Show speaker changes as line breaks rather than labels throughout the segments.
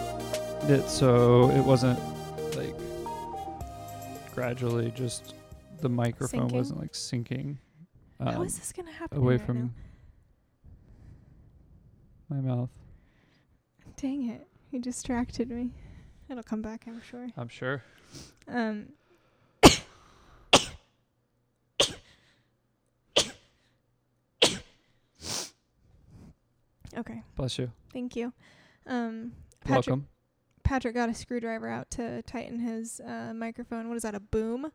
tightened it so it wasn't like gradually just the microphone
Sinking?
wasn't like sinking
How
um,
is this gonna happen?
away
right now?
from my mouth.
Dang it! You distracted me. It'll come back, I'm sure.
I'm sure.
Um. okay,
Bless you.
thank you. Um, Patrick,
Welcome.
Patrick got a screwdriver out to tighten his uh, microphone. What is that? A boom.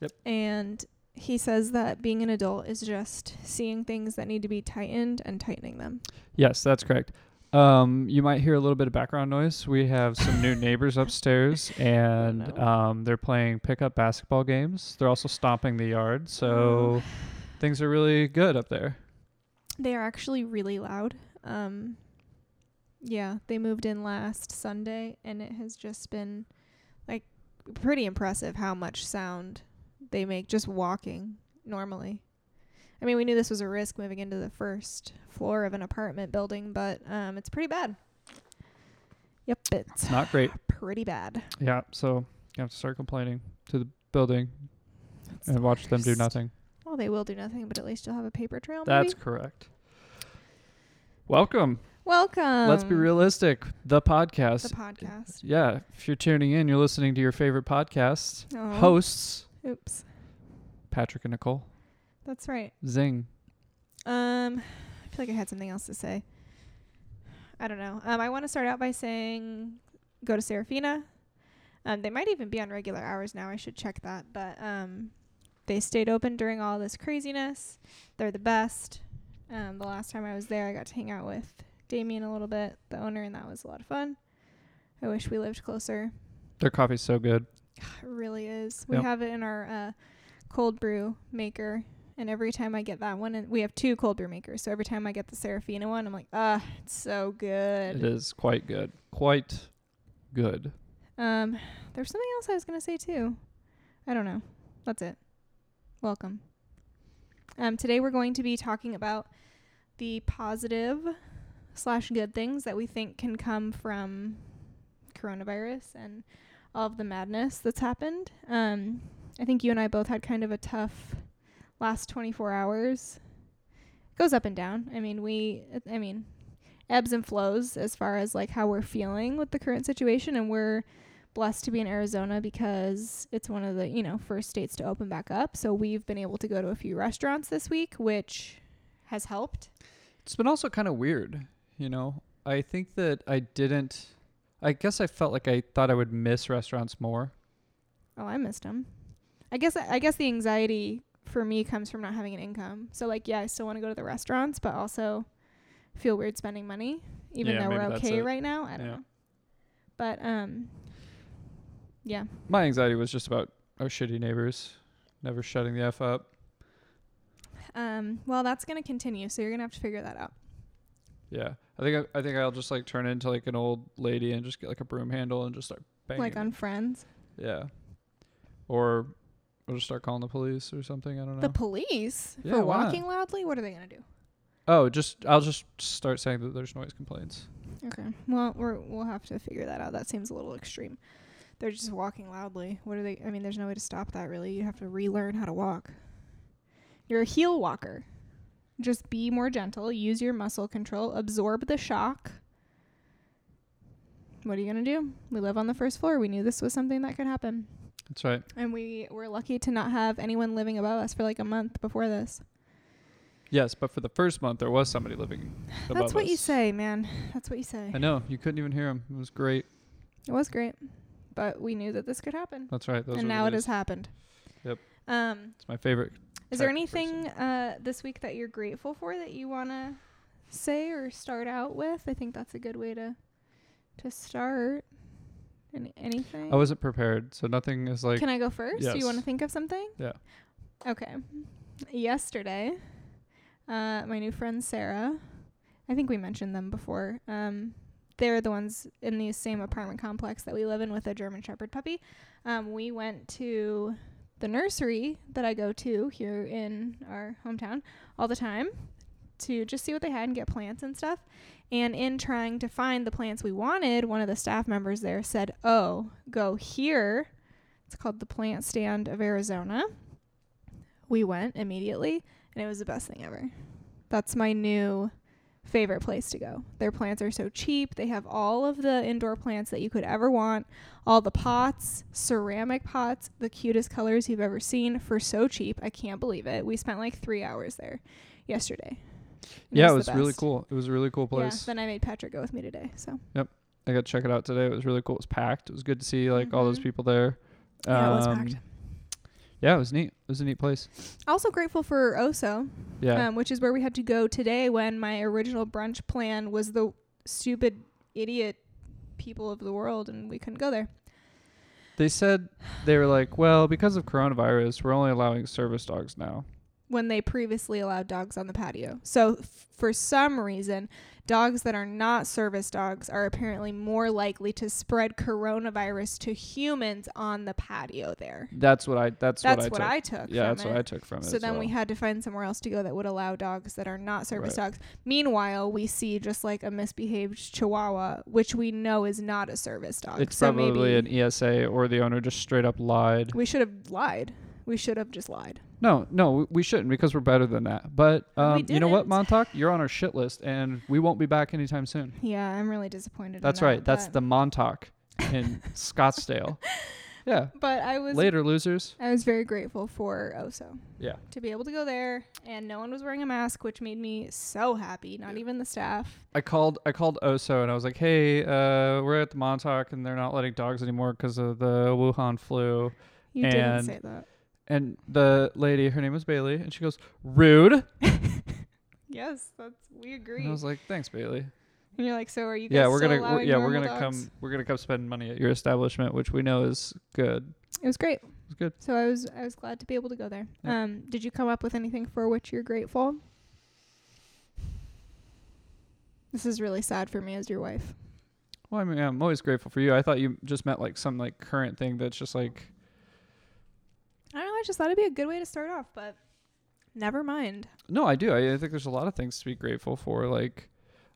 Yep.
And he says that being an adult is just seeing things that need to be tightened and tightening them.
Yes, that's correct. Um, you might hear a little bit of background noise. We have some new neighbors upstairs, and
no.
um, they're playing pickup basketball games. They're also stomping the yard,
Oh.
so things are really good up there.
They are actually really loud. Um, yeah, they moved in last Sunday, and it has just been like pretty impressive how much sound they make just walking normally. I mean, we knew this was a risk moving into the first floor of an apartment building, but um, it's pretty bad. Yep, it's
It's not great.
pretty bad.
Yeah, so you have to start complaining to the building
It's
and watch them do
worst.
nothing.
Well, they will do nothing, but at least you'll have a paper trail.
That's
maybe?
correct. Welcome.
welcome.
Let's be realistic. The
Um, The
podcast.
podcast.
yeah, if you're tuning in, you're listening to your favorite podcasts.
Aw.
Hosts
Oops,
Patrick and Nicole.
that's right.
Zing.
Um, I feel like I had something else to say. I don't know. Um, I want to start out by saying go to Serafina. Um, they might even be on regular hours now. I should check that. But um, they stayed open during all this craziness. They're the best. Um, the last time I was there, I got to hang out with Damien a little bit, the owner, and that was a lot of fun. I wish we lived closer.
Their coffee's so good.
It really is. We
Yep.
have it in our uh, cold brew maker, and every time I get that one, and we have two cold brew makers. So every time I get the Serafina one, I'm like, ah, it's so
It
good.
is quite good. Quite good.
Um, there's something else I was gonna say too. I don't know. That's it. Welcome. Um, today we're going to be talking about the positive slash good things that we think can come from coronavirus and all of the madness that's happened. Um, I think you and I both had kind of a tough last 24 hours. Goes up and down. I mean, we, I mean, ebbs and flows as far as like how we're feeling with the current situation. And we're blessed to be in Arizona because it's one of the, you know, first states to open back up. So we've been able to go to a few restaurants this week, which has helped.
It's been also kind of weird, you know. I think that I didn't I guess I felt like I thought I would miss restaurants more.
Oh, I missed him. I guess I guess the anxiety for me comes from not having an income. So like, yeah, I still want to go to the restaurants, but also feel weird spending money, even
Yeah,
though we're
maybe that's
okay
it.
right now. I don't
Yeah.
know. But um, yeah,
My anxiety was just about our shitty neighbors never shutting the f up.
um, well, that's gonna continue. So you're gonna have to figure that out.
Yeah. I think I, I think I'll just like turn into like an old lady and just get like a broom handle and just start banging.
Like on Friends,
Yeah. Or we'll just start calling the police or something, I don't know.
the police
Yeah,
for
why not?
walking loudly. What are they gonna do?
oh, just I'll just start saying that there's noise complaints.
Okay. Well, we're, we'll have to figure that out. That seems a little extreme. They're just walking loudly. What are they? I mean, there's no way to stop that, really. You have to relearn how to walk. You're a heel walker. Just be more gentle. Use your muscle control. Absorb the shock. What are you going to do? We live on the first floor. We knew this was something that could happen.
That's right.
And we were lucky to not have anyone living above us for like a month before this.
Yes, but for the first month there was somebody living above
That's what you
us.
say, man. That's what you say.
I know you couldn't even hear him. It was great.
It was great. But we knew that this could happen.
That's right. Those
and
were
now
the
it has
news.
happened.
Yep.
Um,
It's my favorite.
is there
type of
anything uh, this week that you're grateful for that you want to say or start out with? I think that's a good way to to start. Any, anything?
I wasn't prepared, so nothing is like.
Can I go first? Do you want to
Yes.
think of something?
Yeah.
Okay. Yesterday, uh, my new friend Sarah, I think we mentioned them before. Um, they're the ones in the same apartment complex that we live in with a German Shepherd puppy. Um, we went to the nursery that I go to here in our hometown all the time to just see what they had and get plants and stuff. And in trying to find the plants we wanted, one of the staff members there said, Oh, go here. It's called the Plant Stand of Arizona. We went immediately, and it was the best thing ever. That's my new favorite place to go. Their plants are so cheap. They have all of the indoor plants that you could ever want, all the pots, ceramic pots, the cutest colors you've ever seen for so cheap. I can't believe it. We spent like three hours there yesterday. and
yeah, it
the
was really
best.
cool. It was a really cool
Yeah,
place.
then I made Patrick go with me today. So
I got to check it out today. It was really cool. It was packed. It was good to see like all those
Mhm.
people there. Um,
Yeah, it was packed.
Yeah, it was neat. It was a neat place.
also grateful for Oso,
Yeah.
um, which is where we had to go today when my original brunch plan was the stupid idiot people of the world and we couldn't go there.
they said they were like, well, because of coronavirus, we're only allowing service dogs now.
when they previously allowed dogs on the patio. So, f- for some reason, dogs that are not service dogs are apparently more likely to spread coronavirus to humans on the patio there.
That's what I. That's,
That's
what I.
what
took.
I took.
yeah,
from
that's what I
it.
took from it.
So
as
then we
well.
had to find somewhere else to go that would allow dogs that are not service dogs. Meanwhile, we see just like a misbehaved chihuahua, which we know is not a service dog.
It's
so
probably
maybe
an ESA or the owner just straight up lied.
we should have lied. We should have just lied.
No, no, we- we shouldn't because we're better than that. But
We
um, you know what,
didn't.
Montauk, you're on our shit list, and we won't be back anytime soon.
Yeah, I'm really disappointed. in
That's
that,
right. That's
but-
the Montauk in Scottsdale. Yeah.
But I was
Later, losers.
I was very grateful for Oso.
Yeah.
To be able to go there and no one was wearing a mask, which made me so happy, not even the staff.
I called. I called Oso, and I was like, "Hey, uh, we're at the Montauk, and they're not letting dogs anymore because of the Wuhan flu."
You didn't
And-
say that.
And the lady, her name was Bailey, and she goes, "Rude."
Yes, that's we agree.
And I was like, "Thanks, Bailey."
and you're like, so are you guys
yeah, we're
still
gonna. We're,
allowing
yeah, we're
normal
gonna
dogs?
come. We're gonna come spend money at your establishment, which we know is good.
It was great.
It's good.
So I was I was glad to be able to go there.
Yep.
Um did you come up with anything for which you're grateful? This is really sad for me as your wife.
Well, I mean, I'm always grateful for you. I thought you just meant like some like current thing that's just like
I don't know, I just thought it'd be a good way to start off, but never mind.
No, I do. I, I think there's a lot of things to be grateful for. Like,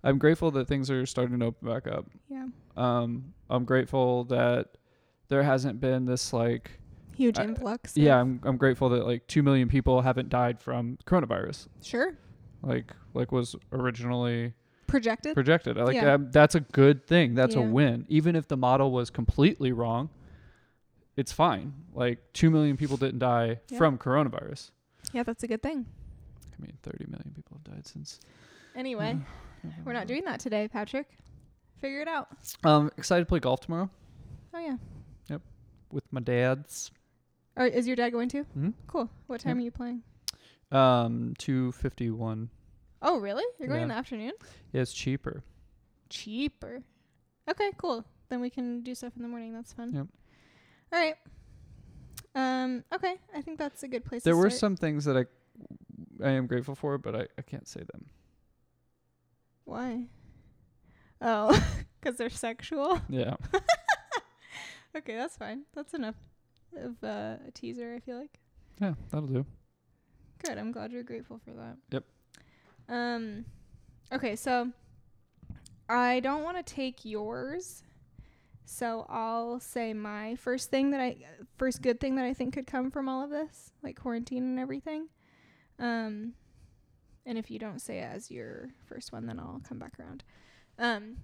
I'm grateful that things are starting to open back up.
Yeah.
Um, I'm grateful that there hasn't been this like.
Huge
I-
influx.
Uh, Yeah,
of-
I'm I'm grateful that like two million people haven't died from coronavirus,
Sure.
like like was originally
Projected.
projected. I Like
Yeah.
um, that's a good thing. That's a
Yeah.
win. Even if the model was completely wrong, it's fine. Like two million people didn't die
Yeah.
from coronavirus.
Yeah, that's a good thing.
I mean, thirty million people have died since.
Anyway, we're not doing that today, Patrick. Figure it out.
Um, excited to play golf tomorrow.
Oh yeah.
with my dad's
Or is your dad going to?
Mhm.
Cool. What time are you playing?
um 251
Oh really? You're going in the
Yeah.
afternoon?
yeah it's cheaper
Cheaper. Okay, cool. Then we can do stuff in the morning. That's fun.
Yep.
All right. Um. Okay. I think that's a good place.
there
to
were
start.
some things that i i am grateful for but i, I can't say them
Why? Oh, because they're sexual.
yeah
Okay, that's fine. That's enough of uh, a teaser. I feel like.
yeah that'll do
Good. I'm glad you're grateful for that.
Yep.
Um okay, so I don't want to take yours. So I'll say my first thing that I first good thing that I think could come from all of this, like quarantine and everything. Um and if you don't say it as your first one, then I'll come back around. Um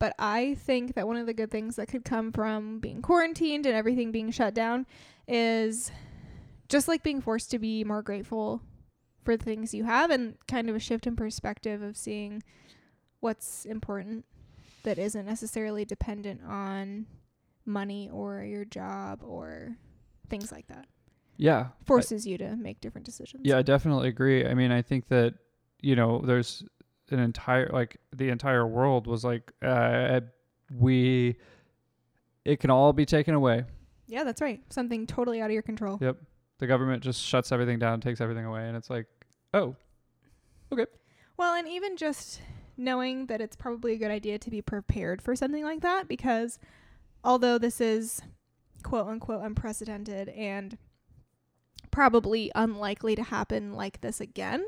but I think that one of the good things that could come from being quarantined and everything being shut down is just like being forced to be more grateful for the things you have and kind of a shift in perspective of seeing what's important that isn't necessarily dependent on money or your job or things like that.
yeah I-
Forces you to make different decisions.
Yeah, I definitely agree. I mean, I think that you know, there's an entire like the entire world was like uh, we it can all be taken away.
Yeah, that's right. Something totally out of your control.
Yep. The government just shuts everything down, takes everything away, and it's like, oh,
Well, and even just knowing that it's probably a good idea to be prepared for something like that because although this is quote unquote unprecedented and probably unlikely to happen like this again,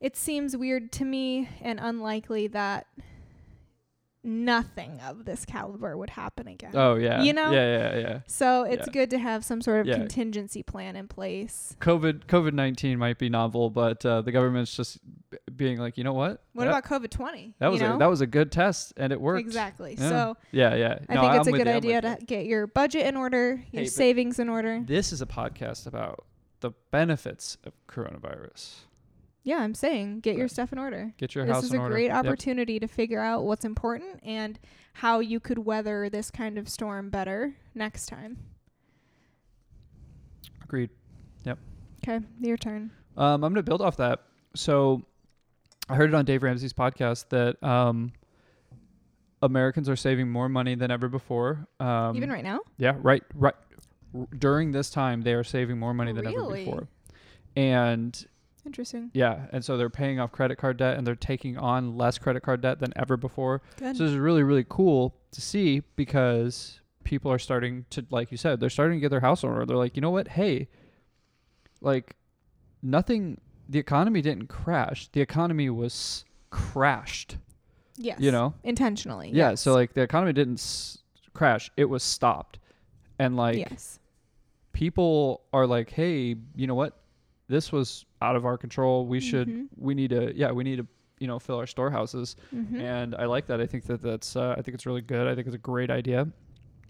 it seems weird to me and unlikely that nothing of this caliber would happen again.
Oh yeah.
You know?
Yeah, yeah, yeah.
so it's
yeah.
good to have some sort of
Yeah.
contingency plan in place.
COVID COVID nineteen might be novel, but uh, the government's just b- being like, you know what?
What
That-
about COVID twenty?
that was a, that was a good test and it worked.
exactly.
Yeah.
So
Yeah, yeah.
I
No,
think
I'm
it's a
with
good
you, I'm
idea
with you.
to get your budget in order, your
Hey, but-
savings in order.
This is a podcast about the benefits of coronavirus.
Yeah, I'm saying get your
Right.
stuff in order.
Get your
this
house
is
in
a
order.
great
Yep.
opportunity to figure out what's important and how you could weather this kind of storm better next time.
Agreed.
Okay, your turn.
Um, I'm going to build off that. So I heard it on Dave Ramsey's podcast that um, Americans are saving more money than ever before. Um,
Even right now?
Yeah, right, right. During this time, they are saving more money than ever
Really?
before. And
Interesting.
yeah, and so they're paying off credit card debt and they're taking on less credit card debt than ever before.
Good.
So this is really, really cool to see because people are starting to, like you said, they're starting to get their house in order. They're like, you know what? Hey, like nothing, the economy didn't crash. The economy was crashed,
yes.
you know?
Intentionally.
Yeah.
yes.
So like the economy didn't s- crash, it was stopped. And like
yes.
people are like, hey, you know what? This was out of our control. We should,
Mhm.
we need to, yeah, we need to, you know, fill our storehouses
Mm-hmm.
and I like that. I think that that's uh, I think it's really good. I think it's a great idea.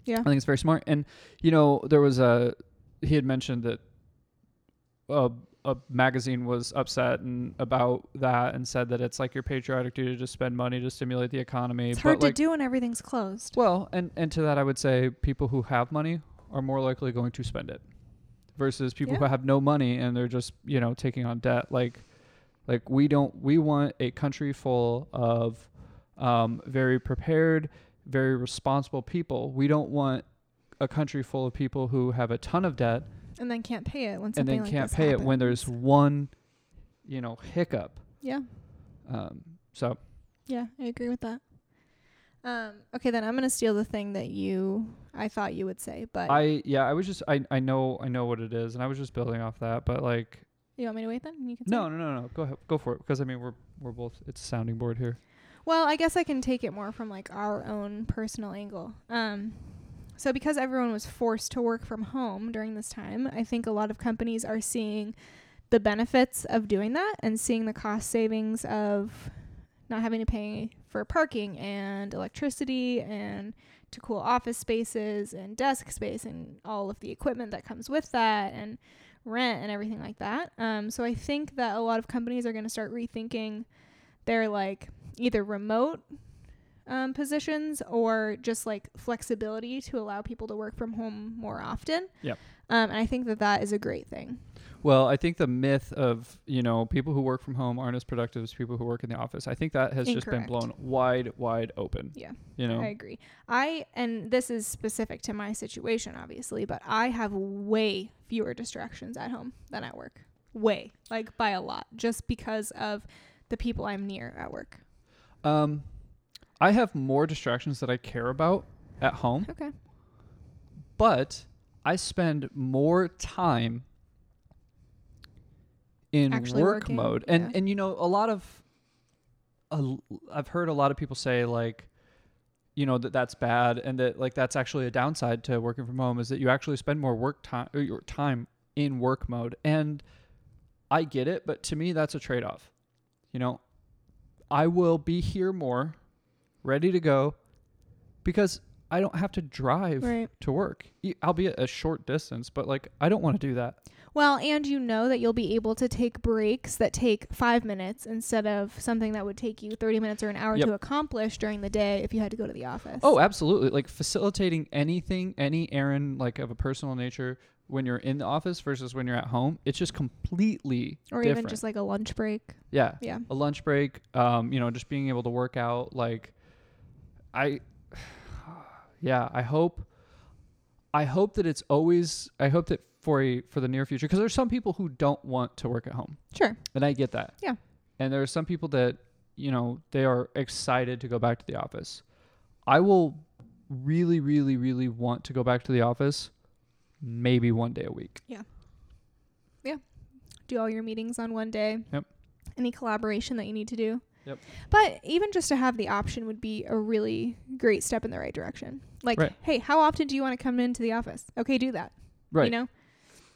Yeah.
I think it's very smart. And you know, there was a he had mentioned that a a magazine was upset and about that and said that it's like your patriotic duty to spend money to stimulate the economy.
It's hard
but like,
to do when everything's closed.
well, and and to that I would say people who have money are more likely going to spend it versus people who
Yeah.
have no money and they're just, you know, taking on debt like like we don't we want a country full of um, very prepared, very responsible people. We don't want a country full of people who have a ton of debt
And then can't pay it when
and
something
then
like
can't
this
pay it when there's
happens.
one, you know, hiccup.
Yeah.
Um, so
Yeah, I agree with that. Um, okay, then I'm gonna steal the thing that you I thought you would say, but
I yeah, I was just I, I know I know what it is and I was just building off that, but like
you want me to wait then? You can say it?
No, no, no, no. Go ahead, go for it. Because I mean, we're we're both. It's a sounding board here.
Well, I guess I can take it more from like our own personal angle. Um, so because everyone was forced to work from home during this time, I think a lot of companies are seeing the benefits of doing that and seeing the cost savings of not having to pay for parking and electricity and to cool office spaces and desk space and all of the equipment that comes with that and rent and everything like that. Um, so I think that a lot of companies are going to start rethinking their like either remote um, positions or just like flexibility to allow people to work from home more often.
Yep.
Um, and I think that that is a great thing.
Well, I think the myth of you know people who work from home aren't as productive as people who work in the office. I think that has just been
Incorrect.
blown wide, wide open.
Yeah.
You know.
I agree. I and this is specific to my situation, obviously, but I have way fewer distractions at home than at work. Way, like by a lot, just because of the people I'm near at work.
um, I have more distractions that I care about at home,
Okay.
but I spend more time in
Actually
work
working,
mode. And
yeah.
and you know, a lot of a l- I've heard a lot of people say like you know that that's bad and that like that's actually a downside to working from home is that you actually spend more work time or your time in work mode. And I get it, but to me that's a trade-off. You know, I will be here more, ready to go because I don't have to drive
Right.
to work, E- albeit a short distance, but like I don't want to do that.
Well, and you know that you'll be able to take breaks that take five minutes instead of something that would take you 30 minutes or an hour
Yep.
to accomplish during the day if you had to go to the office.
Oh, absolutely. Like facilitating anything, any errand like of a personal nature when you're in the office versus when you're at home, it's just completely
or
different.
even just like a lunch break.
yeah.
Yeah.
A lunch break, um, you know, just being able to work out like I yeah, I hope I hope that it's always I hope that for a for the near future because there's some people who don't want to work at home.
Sure.
And I get that.
Yeah.
And there are some people that, you know, they are excited to go back to the office. I will really, really, really want to go back to the office maybe one day a week.
Do all your meetings on one day.
Yep.
any collaboration that you need to do.
Yep.
But even just to have the option would be a really great step in the right direction. Like,
Right.
hey, how often do you want to come into the office? Okay, do that. You
Right.
know?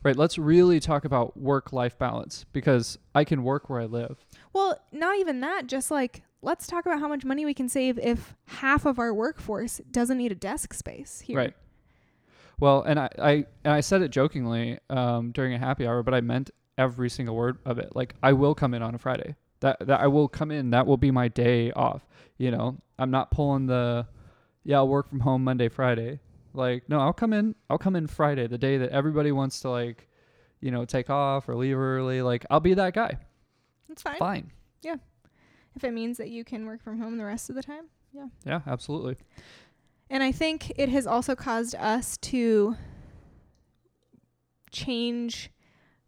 Right. Let's really talk about work life balance because I can work where I live.
Well, not even that, just like let's talk about how much money we can save if half of our workforce doesn't need a desk space here.
Right. Well, and I, I and I said it jokingly um, during a happy hour, but I meant every single word of it. Like I will come in on a Friday. That that I will come in. That will be my day off. You know, I'm not pulling the yeah I'll work from home Monday Friday. Like no, I'll come in. I'll come in Friday, the day that everybody wants to like, you know, take off or leave early. Like I'll be that guy.
It's fine.
Fine.
If it means that you can work from home the rest of the time.
Yeah, absolutely.
And I think it has also caused us to change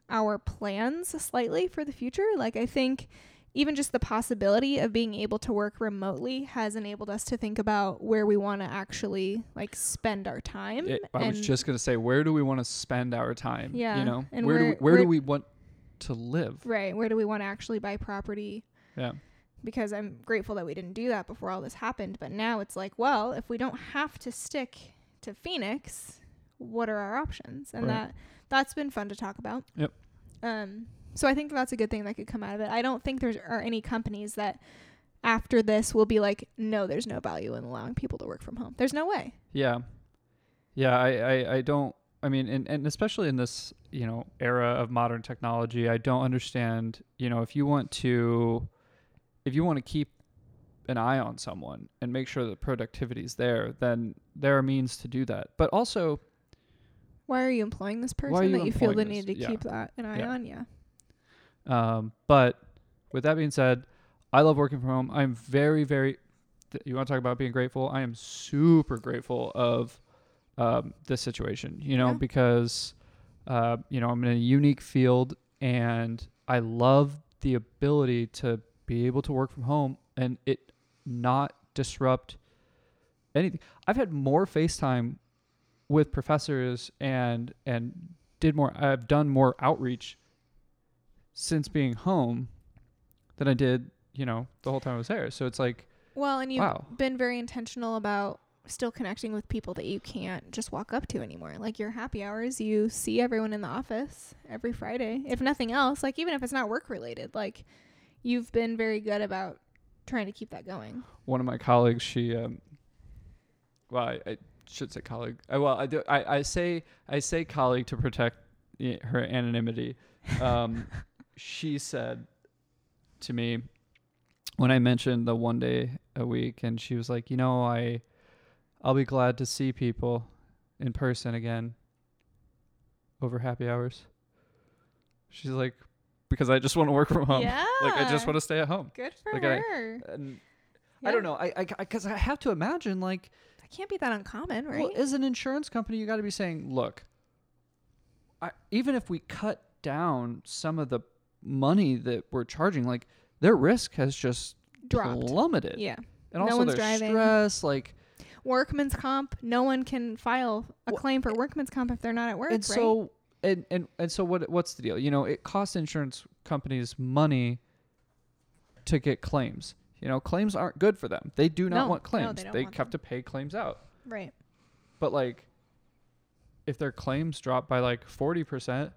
our plans slightly for the future. Like, I think even just the possibility of being able to work remotely has enabled us to think about where we want to actually like spend our time.
It- I was
and-
just gonna say, where do we want to spend our time?
Yeah,
You know,
and
where do we,
where-
where, do
where-
we want to live?
right. Where do we want to actually buy property?
Yeah.
because I'm grateful that we didn't do that before all this happened. But now it's like, well, if we don't have to stick to Phoenix, what are our options? And
Right.
that that's been fun to talk about.
Yep.
Um. So I think that's a good thing that could come out of it. I don't think there are any companies that after this will be like, no, there's no value in allowing people to work from home. There's no way.
Yeah. Yeah, I, I, I don't I mean and, and especially in this, you know, era of modern technology, I don't understand, you know, if you want to if you want to keep an eye on someone and make sure that productivity is there, then there are means to do that. But also
Why are you employing this person
are you
that you feel the
employing
need
this?
to
Yeah.
keep that an eye
Yeah.
on? Yeah.
um but with that being said, I love working from home. I'm very, very th- you want to talk about being grateful? I am super grateful of um, this situation, you know,
Yeah.
because, uh, you know, I'm in a unique field and I love the ability to be able to work from home and it not disrupt anything. I've had more FaceTime with professors and, and did more, I've done more outreach since being home than I did, you know, the whole time I was there. So it's like,
Well, and you've
Wow.
been very intentional about still connecting with people that you can't just walk up to anymore. Like your happy hours, you see everyone in the office every Friday. If nothing else, like even if it's not work related, like you've been very good about trying to keep that going.
one of my colleagues, she, um, well, I, I should say colleague. I, well, I do. I, I say I say colleague to protect y- her anonymity. Um, she said to me when I mentioned the one day a week, and she was like, you know, I, I'll be glad to see people in person again over happy hours. She's like, because I just want to work from home.
yeah.
Like I just want to stay at home.
Good for
like, I-
her.
And
Yeah.
I don't know. I I because I, have to imagine like
That can't be that uncommon, right?
well, as an insurance company, you got to be saying, look, I, even if we cut down some of the money that we're charging, like their risk has just
Dropped.
plummeted,
Yeah.
and
No
also
one's
their
driving.
stress, like
Workman's comp, no one can file a
Well,
claim for workman's comp if they're not at work,
and
right?
so and, and and so what what's the deal? You know, it costs insurance companies money to get claims. You know, claims aren't good for them. They do not
No,
want
no, they
claims.
don't
they
want
have to
them.
pay claims out.
right.
But like, if their claims drop by like forty percent,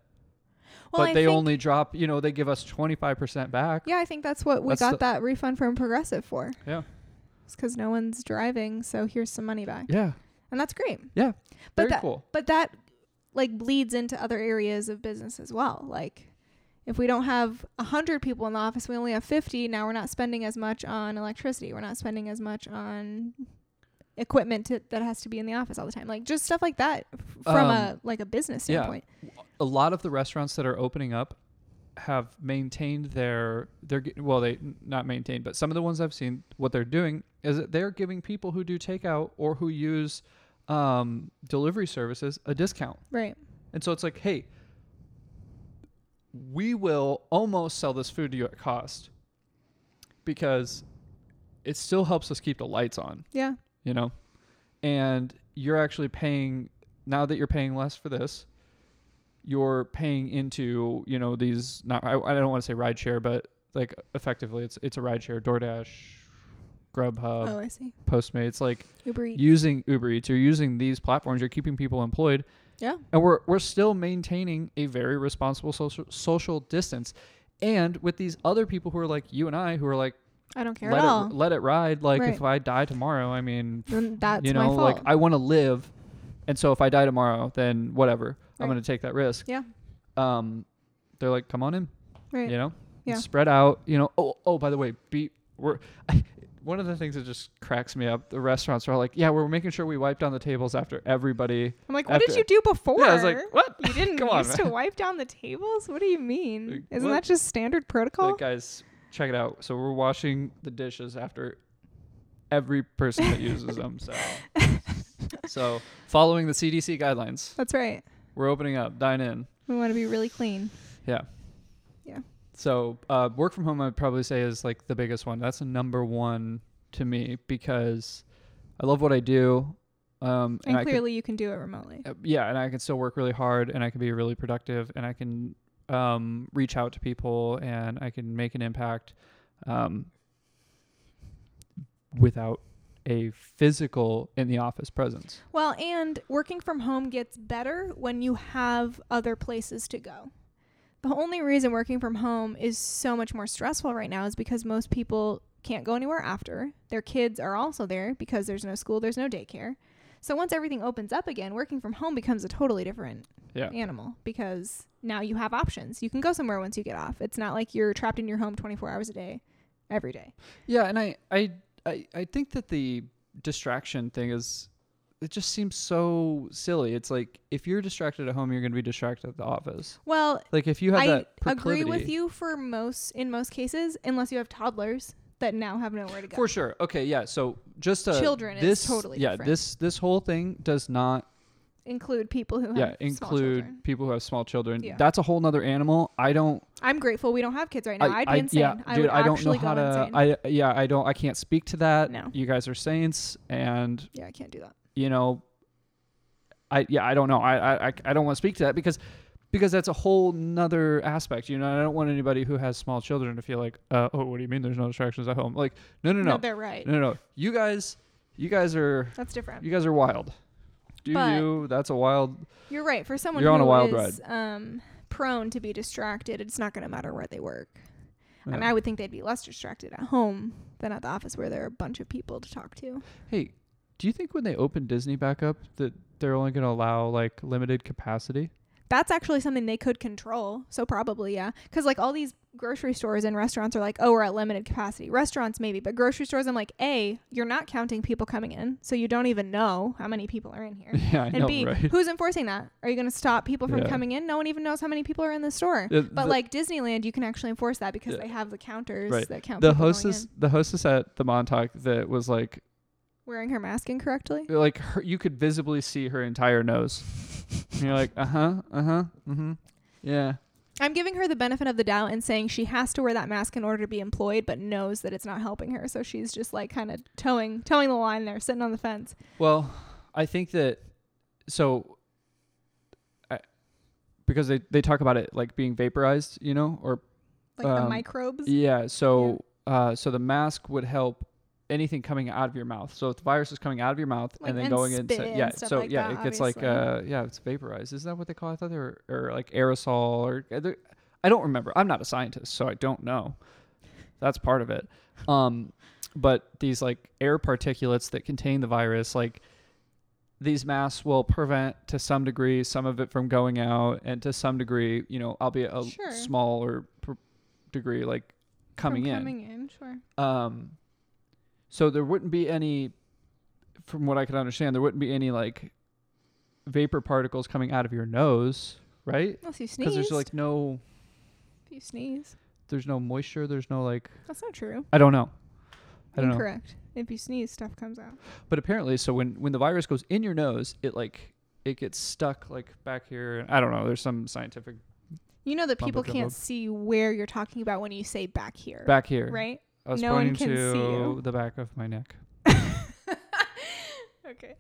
Well,
but
I
they
think-
only drop, you know, they give us twenty five percent back.
Yeah, I think that's what we
That's
got
the-
that refund from Progressive for.
Yeah.
It's because no one's driving, so here's some money back,
Yeah,
and that's great.
yeah,
But
very
that-
cool.
But that like bleeds into other areas of business as well. Like if we don't have a hundred people in the office, we only have fifty. Now we're not spending as much on electricity. We're not spending as much on equipment to, that has to be in the office all the time. Like just stuff like that f- from a like a business
Um, yeah.
standpoint.
A lot of the restaurants that are opening up have maintained their their g- well, they not maintained, but some of the ones I've seen, what they're doing is that they're giving people who do takeout or who use um, delivery services a discount.
Right.
And so it's like, hey, we will almost sell this food to you at cost because it still helps us keep the lights on,
Yeah.
you know? And you're actually paying, now that you're paying less for this, you're paying into, you know, these, not, I, I don't want to say ride share, but Like effectively, it's it's a rideshare, DoorDash, Grubhub,
oh, I see.
Postmates. Like
Uber Eats.
using Uber Eats, you're using these platforms, you're keeping people employed,
yeah.
and we're we're still maintaining a very responsible social social distance. And with these other people who are like you and I, who are like
I don't care
let
at all.
it let it ride. Like
Right.
if I die tomorrow, I mean,
then that's
you know,
my fault.
like I want to live, and so if I die tomorrow, then whatever, I'm
Right.
gonna take that risk.
yeah.
Um, they're like, come on in,
Right.
you know,
Yeah.
spread out, you know. Oh, oh, by the way, be we're. one of the things that just cracks me up, the restaurants are like, yeah, we're making sure we wipe down the tables after everybody.
I'm like, what did
after-
you do before?
Yeah, I was like, what?
you didn't
Come on,
used to
man.
wipe down the tables? What do you mean?
Like,
Isn't
what?
that just standard protocol?
Like, guys, check it out. So we're washing the dishes after every person that uses them. So, so following the CDC guidelines,
That's right.
we're opening up, dine in.
We want to be really clean.
Yeah.
Yeah.
So uh, work from home, I'd probably say is like the biggest one. That's the number one to me because I love what I do. Um,
And,
I could-
clearly you can do it remotely.
uh, yeah, and I can still work really hard, and I can be really productive, and I can um, reach out to people, and I can make an impact um, without a physical in the office presence.
Well, and working from home gets better when you have other places to go. The only reason working from home is so much more stressful right now is because most people can't go anywhere after. Their kids are also there because there's no school, there's no daycare. So once everything opens up again, working from home becomes a totally different
Yeah.
animal because now you have options. You can go somewhere once you get off. It's not like you're trapped in your home 24 hours a day every day.
Yeah, and I I I, I think that the distraction thing is it just seems so silly. It's like if you're distracted at home, you're going to be distracted at the office.
Well,
Like if you have
I
that
agree
proclivity,
with you for most in most cases, unless you have toddlers that now have nowhere to go.
For sure. Okay, yeah. So just uh,
Children is
this,
totally
yeah.
different.
This this whole thing does not
include people who have
yeah
small children.
include people who have small children.
Yeah.
That's a whole nother animal. I don't.
I'm grateful we don't have kids right now.
I,
I'd be
I-
insane.
Yeah,
I
dude,
would
I don't know
actually
how
go
to.
insane.
I yeah, I don't. I can't speak to that.
No.
You guys are saints, and
yeah, I can't do that.
you know i yeah i don't know i I- i, I don't want to speak to that because because that's a whole nother aspect you know and i don't want anybody who has small children to feel like uh, oh what do you mean there's no distractions at home like no no no no
they're right.
no, no. you guys you guys are
That's different.
you guys are wild do
But-
you that's a wild
You're right. For someone
You're on a
who
wild
is, um, prone to be distracted, it's not going to matter where they work. And
Yeah.
I would think they'd be less distracted at home than at the office where there are a bunch of people to talk to.
hey do you think when they open disney back up that they're only going to allow like limited capacity
That's actually something they could control. So probably, yeah. Because like all these grocery stores and restaurants are like, oh, we're at limited capacity. Restaurants maybe, but grocery stores, I'm like, A, you're not counting people coming in. So you don't even know how many people are in here.
yeah i
And
know
B,
right
who's enforcing that? Are you going to stop people from
Yeah.
coming in? No one even knows how many people are in the store.
Yeah,
But
the-
like Disneyland, you can actually enforce that because
Yeah.
they have the counters
Right.
that count.
the
people going
hostess
in.
the hostess at the montauk that was like
wearing her mask incorrectly.
like her, you could visibly see her entire nose. And you're like, uh huh, uh huh, mm-hmm. yeah,
I'm giving her the benefit of the doubt and saying she has to wear that mask in order to be employed, but knows that it's not helping her. So she's just like kind of towing towing the line there, sitting on the fence.
Well, I think that so I, because they they talk about it like being vaporized, you know, or
Like the
Um,
microbes.
yeah. So uh, so the mask would help anything coming out of your mouth. So if the virus is coming out of your mouth
Like,
and then
and
going in,
spit
yeah.
and stuff
so
like
yeah,
that,
it gets like uh,
obviously.
yeah, it's vaporized. Isn't that what they call? It? I thought they were or like aerosol or other- I don't remember. I'm not a scientist, so I don't know. That's part of it. Um, but these like air particulates that contain the virus, like these masks will prevent to some degree some of it from going out, and to some degree, you know, albeit a
Sure.
smaller pr- degree, like
from
coming in.
Coming in, sure.
Um, so there wouldn't be any, from what I could understand, there wouldn't be any like vapor particles coming out of your nose, right?
Unless you sneeze.
Because there's like no,
if you sneeze.
there's no moisture. There's no like,
That's not true.
I don't know. I don't know.
Incorrect. If you sneeze, stuff comes out.
But apparently, so when when the virus goes in your nose, it like it gets stuck like back here. I don't know. There's some scientific
You know that
Mumbo
people
jumbo.
can't see where you're talking about when you say back here,
back here.
right?
I was
No one
pointing
can see
to
you.
the back of my neck.
okay.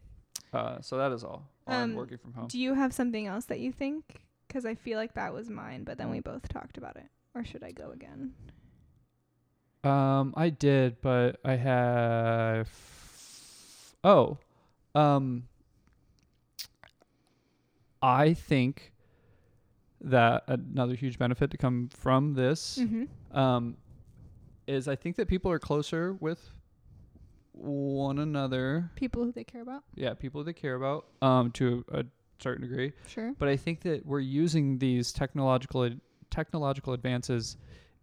Uh, so that is all on
Um,
working from home.
Do you have something else that you think? Because I feel like that was mine, but then we both talked about it. Or should I go again?
Um, I did, but I have. Oh, um, I think that another huge benefit to come from this
Mm-hmm.
um, is I think that people are closer with one another.
People who they care about.
Yeah, people they care about um, to a certain degree.
Sure.
But I think that we're using these technological ad- technological advances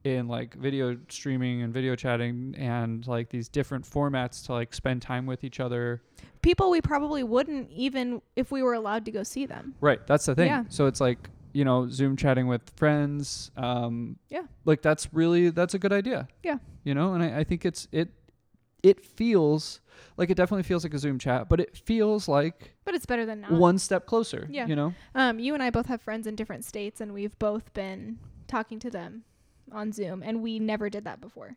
in like video streaming and video chatting and like these different formats to like spend time with each other.
People we probably wouldn't even if we were allowed to go see them.
Right, that's the thing.
Yeah.
So it's like you know Zoom chatting with friends. Um,
Yeah.
like that's really that's a good idea.
Yeah.
you know, and I, I think it's it it feels like it definitely feels like a Zoom chat, but it feels like
But it's better than not.
one step closer.
Yeah.
you know.
Um, you and I both have friends in different states, and we've both been talking to them on Zoom, and we never did that before.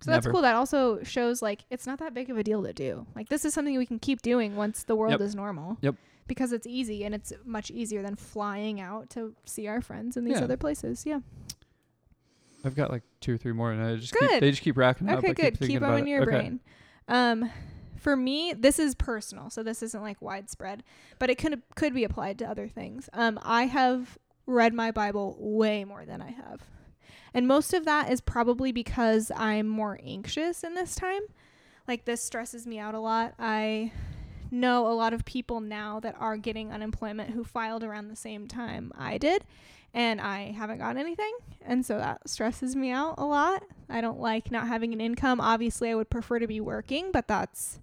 So that's
Never.
cool. That also shows like it's not that big of a deal to do. Like this is something we can keep doing once the world
Yep.
is normal.
Yep.
Because it's easy and it's much easier than flying out to see our friends in these
Yeah.
other places. Yeah.
I've got like two or three more, and I just
Good.
keep, they just keep racking up. I
Okay, good.
thinking
Keep them
about
in
it.
your
Okay.
brain. Um, for me, this is personal, so this isn't like widespread, but it could could be applied to other things. Um, I have read my Bible way more than I have, and most of that is probably because I'm more anxious in this time. Like this stresses me out a lot. I know a lot of people now that are getting unemployment who filed around the same time I did, and I haven't gotten anything. And so that stresses me out a lot. I don't like not having an income. Obviously, I would prefer to be working, but that's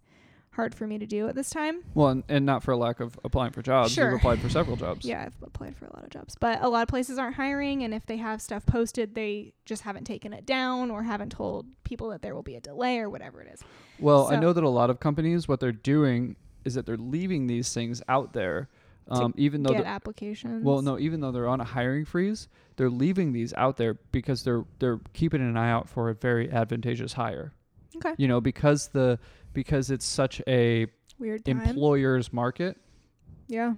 hard for me to do at this time.
Well, and, and not for lack of applying for jobs.
Sure.
You've applied for several jobs.
Yeah, I've applied for a lot of jobs, but a lot of places aren't hiring. And if they have stuff posted, they just haven't taken it down or haven't told people that there will be a delay or whatever it is.
Well, I
So-
know that a lot of companies, what they're doing is that they're leaving these things out there, um, even though
Get
they're-
applications.
well, no, even though they're on a hiring freeze, they're leaving these out there because they're they're keeping an eye out for a very advantageous hire.
Okay.
You know, because the because it's such a
Weird time.
employer's market,
yeah.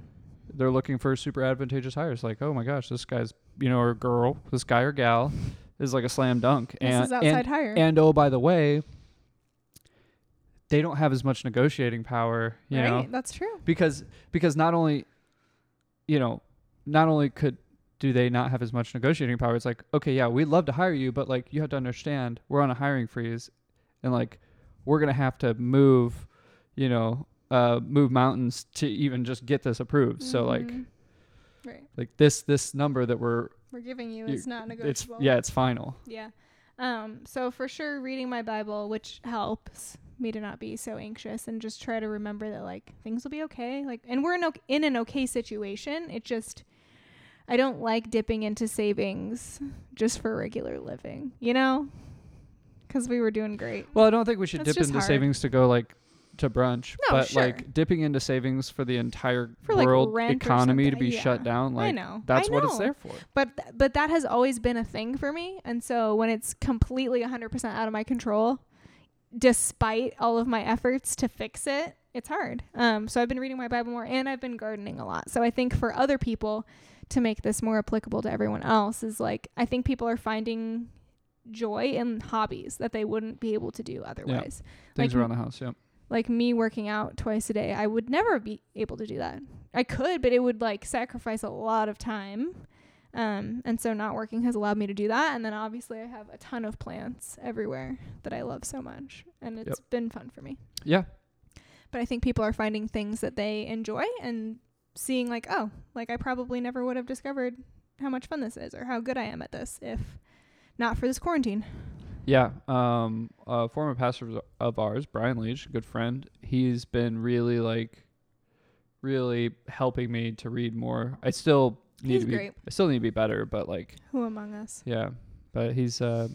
they're looking for super advantageous hires. Like, oh my gosh, this guy's you know or girl, this guy or gal is like a slam dunk.
This
and
is
and-
outside hire.
And oh, by the way, they don't have as much negotiating power, you
right?
know,
That's true.
because because not only, you know, not only could do they not have as much negotiating power, it's like okay, yeah, we'd love to hire you, but like you have to understand we're on a hiring freeze, and like we're gonna have to move, you know, uh, move mountains to even just get this approved. So like
Mhm. right.
like this this number that we're
We're giving you
you-
is not
it's
negotiable.
yeah it's final.
Yeah. Um, so for sure reading my Bible, which helps me to not be so anxious and just try to remember that like things will be okay. Like and we're in, o- in an okay situation. It just I don't like dipping into savings just for regular living, you know? Cuz we were doing great.
Well, I don't think we should
That's
dip
just
into
hard.
savings to go like to brunch,
No,
but
sure.
like dipping into savings for the entire
For, like,
world
rent or
economy to
something,
be shut
yeah.
down,
I
like
know.
that's
I
what it's
know.
there for.
But th- but that has always been a thing for me, and so when it's completely 100% out of my control, despite all of my efforts to fix it, it's hard. Um, so I've been reading my Bible more, and I've been gardening a lot. So I think for other people, to make this more applicable to everyone else is like I think people are finding joy in hobbies that they wouldn't be able to do otherwise.
Things
Like,
around the house, yeah.
Like me working out twice a day, I would never be able to do that. I could, but it would like sacrifice a lot of time. Um, and so not working has allowed me to do that. And then obviously I have a ton of plants everywhere that I love so much. And it's been fun for me.
Yeah.
But I think people are finding things that they enjoy and seeing like, oh, like I probably never would have discovered how much fun this is or how good I am at this if not for this quarantine.
Yeah. Um a former pastor of ours, Brian Leach, good friend, he's been really like really helping me to read more. I still need
He's
to be
great.
I still need to be better, but like
Who among us?
yeah. But he's uh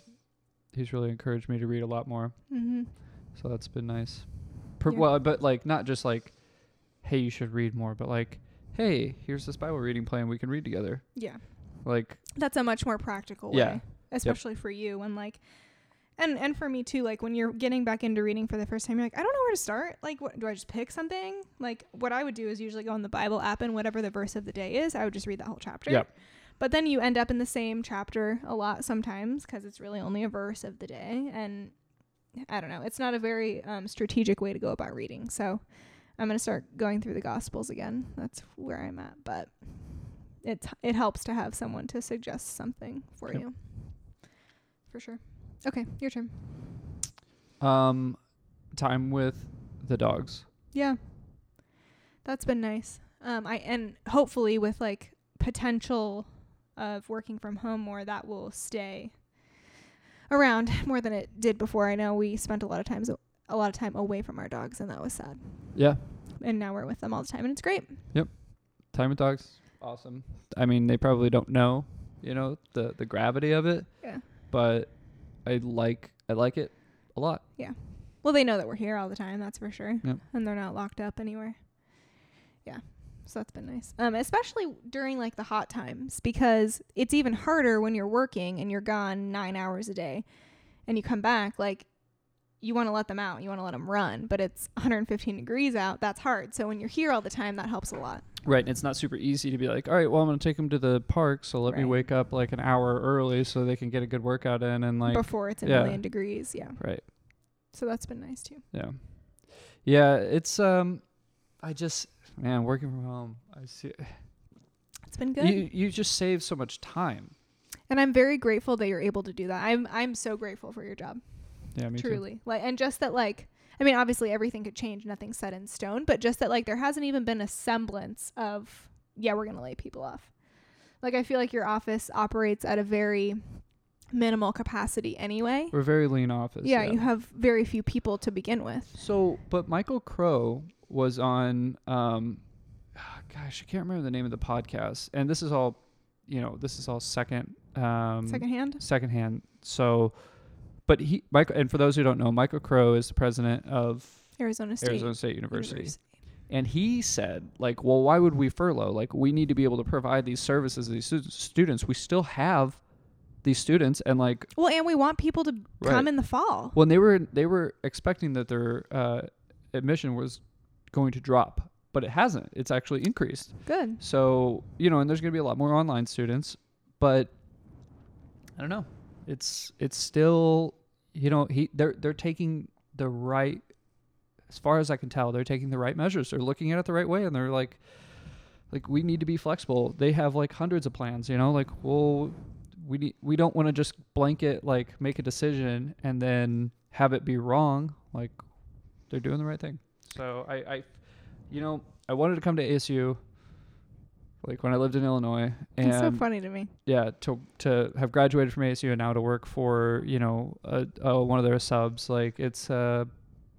he's really encouraged me to read a lot more.
Mm-hmm.
So that's been nice. Per-
Yeah.
Well, but like not just like, hey, you should read more, but like, hey, here's this Bible reading plan we can read together.
Yeah.
Like,
that's a much more practical way
Yeah.
especially for you when like and and for me too like when you're getting back into reading for the first time you're like i don't know where to start like what do i just pick something like what i would do is usually go on the bible app and whatever the verse of the day is i would just read that whole chapter
Yep.
But then you end up in the same chapter a lot sometimes because it's really only a verse of the day. And I don't know, it's not a very um, strategic way to go about reading. So I'm going to start going through the Gospels again. That's where I'm at. But it, it helps to have someone to suggest something for
Yep.
you. For sure. Okay, your turn.
Um, time with the dogs.
Yeah. That's been nice. Um I and hopefully with like potential of working from home more that will stay around more than it did before. I know we spent a lot of times a lot of time away from our dogs and that was sad.
Yeah,
And now we're with them all the time and it's great.
time with dogs. Awesome. I mean, they probably don't know, you know, the the gravity of it.
Yeah.
But I like I like it a lot.
Well, they know that we're here all the time, that's for sure.
Yep.
And they're not locked up anywhere. Yeah. So that's been nice. Um, especially during like the hot times because it's even harder when you're working and you're gone nine hours a day and you come back, like you want to let them out, you want to let them run, but it's 115 degrees out. That's hard. So when you're here all the time, that helps a lot.
Right, and it's not super easy to be like, all right, well, I'm gonna take them to the park, so let me
Right.
wake up like an hour early so they can get a good workout in and like.
Before it's a
yeah.
million degrees. Yeah.
Right.
So that's been nice too.
Yeah. Yeah, it's um, I just man working from home. I see.
It's been good.
You you just save so much time.
and I'm very grateful that you're able to do that. I'm, I'm so grateful for your job.
Yeah, me
truly like and just that like i mean obviously everything could change nothing's set in stone but just that like there hasn't even been a semblance of yeah we're gonna lay people off like i feel like your office operates at a very minimal capacity anyway
too. We're a very lean office.
yeah, you have very few people to begin with
So, but Michael Crow was on, um, gosh, I can't remember the name of the podcast. And this is all, you know, this is all second, um,
secondhand
secondhand. So, but he, Michael, and for those who don't know, Michael Crow is the president of
arizona state
Arizona State University. And he said, like, well, why would we furlough? Like, we need to be able to provide these services to these stu- students. We still have these students, and like,
well and we want people to
Right.
come in the fall
Well, and they were they were expecting that their uh, admission was going to drop, but it hasn't. It's actually increased.
good
So you know, and there's going to be a lot more online students, but I don't know. It's it's still you know he they're they're taking the right as far as I can tell they're taking the right measures. They're looking at it the right way, and they're like like we need to be flexible. They have like hundreds of plans. You know, like well we need, we don't want to just blanket like make a decision and then have it be wrong. Like they're doing the right thing. So I, I you know I wanted to come to ASU like when I lived in Illinois and
it's so funny to me
yeah to to have graduated from ASU and now to work for you know a, a, one of their subs like it's uh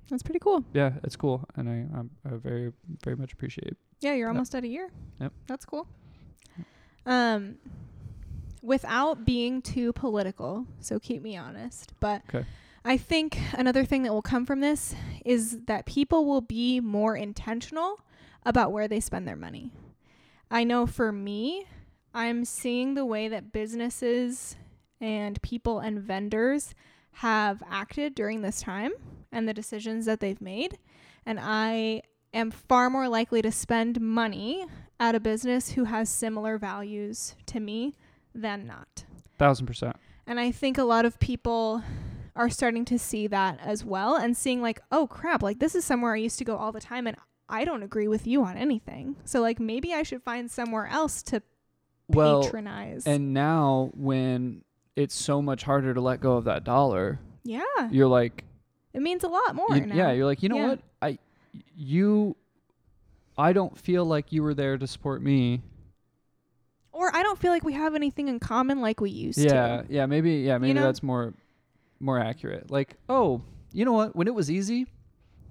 that's pretty cool
yeah it's cool and I I'm, I very very much appreciate it.
Yeah, you're
Yep.
almost at a year.
Yep.
That's cool. Um without being too political, so keep me honest, but
'Kay.
I think another thing that will come from this is that people will be more intentional about where they spend their money. I know for me, I'm seeing the way that businesses and people and vendors have acted during this time and the decisions that they've made. And I am far more likely to spend money at a business who has similar values to me than not.
Thousand percent.
And I think a lot of people are starting to see that as well and seeing, like, oh crap, like this is somewhere I used to go all the time and I don't agree with you on anything. So, like, maybe I should find somewhere else to
Well,
patronize.
and now when it's so much harder to let go of that dollar,
yeah,
you're like
it means a lot more
You-
now.
Yeah, you're like, you know
Yeah.
what? I you I don't feel like you were there to support me.
or I don't feel like we have anything in common like we used
yeah,
to.
yeah, maybe yeah, maybe
know?
that's more more accurate. Like, oh, you know what? When it was easy,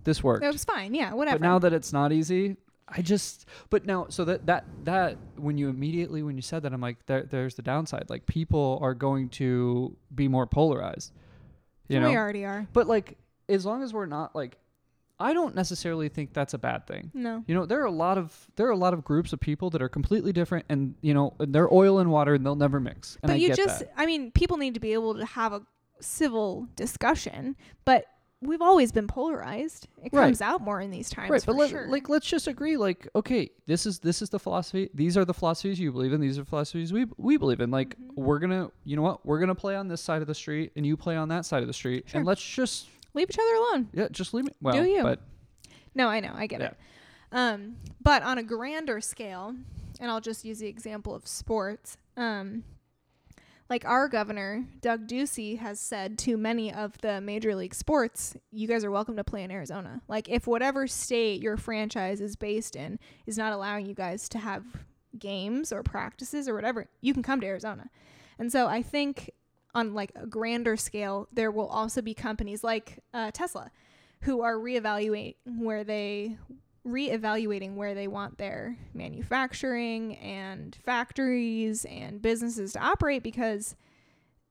this worked.
It was fine. Yeah, whatever.
but now that it's not easy, I just but now so that that that when you immediately when you said that I'm like there, there's the downside. Like people are going to be more polarized. You know.
we already are.
But like as long as we're not like I don't necessarily think that's a bad thing.
No.
You know, there are a lot of there are a lot of groups of people that are completely different, and you know, they're oil and water, and they'll never mix. And
but
I
you
get
just
that.
i mean people need to be able to have a civil discussion but we've always been polarized. It
Right.
comes out more in these times
right,
for
but let,
sure.
like let's just agree like okay, this is this is the philosophy. These are the philosophies you believe in. These are philosophies we we believe in. Like
Mm-hmm.
we're going to you know what? We're going to play on this side of the street and you play on that side of the street
Sure.
and let's just
Leave each other alone.
yeah, just leave it. Well,
you.
but
No, I know, I get
Yeah.
it. Um, but on a grander scale, and I'll just use the example of sports. Um, like our governor, Doug Ducey, has said to many of the major league sports, you guys are welcome to play in Arizona. Like, if whatever state your franchise is based in is not allowing you guys to have games or practices or whatever, you can come to Arizona. And so I think on like a grander scale, there will also be companies like uh, Tesla who are reevaluating where they reevaluating where they want their manufacturing and factories and businesses to operate because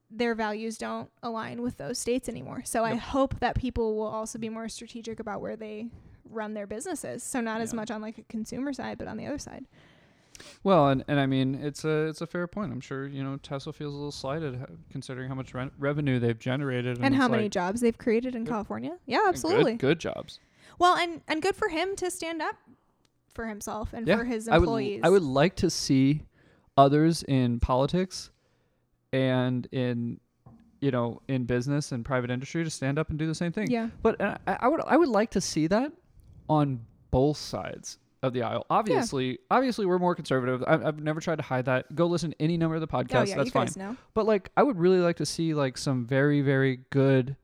their values don't align with those states anymore. So I
Yep.
hope that people will also be more strategic about where they run their businesses. So not as
Yeah.
much on like a consumer side, but on the other side.
Well, and, and I mean, it's a it's a fair point. I'm sure you know Tesla feels a little slighted h- considering how much re- revenue they've generated and,
and how
it's
many
like,
jobs they've created in
Good.
California. Yeah,
good-
absolutely.
good, jobs.
Well, and and good for him to stand up for himself and
Yeah,
for his
I would
employees.
I would like to see others in politics and in you know in business and private industry to stand up and do the same thing.
Yeah.
But uh, I, I would I would like to see that on both sides of the aisle. Obviously, obviously we're more conservative. I, I've never tried to hide that. Go listen to any number of the podcasts.
Oh yeah,
That's
you
fine.
guys know.
but like i would really like to see like some very very good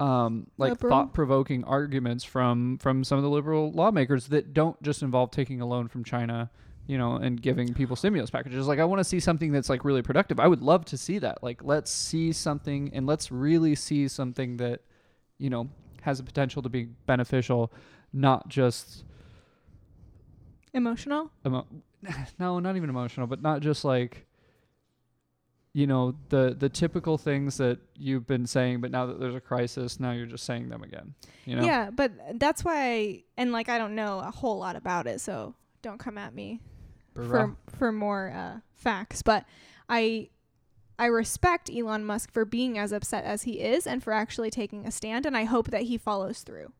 um like
Liberal?
thought-provoking arguments from from some of the liberal lawmakers that don't just involve taking a loan from china you know and giving people stimulus packages like i want to see something that's like really productive i would love to see that like let's see something and let's really see something that you know has the potential to be beneficial not just
Emotional?
emo- no, not even emotional, but not just like you know the the typical things that you've been saying, but now that there's a crisis, now you're just saying them again. You know?
Yeah, but that's why and like I don't know a whole lot about it, so don't come at me
Bruh.
for for more uh, facts, but I I respect Elon Musk for being as upset as he is and for actually taking a stand and I hope that he follows through.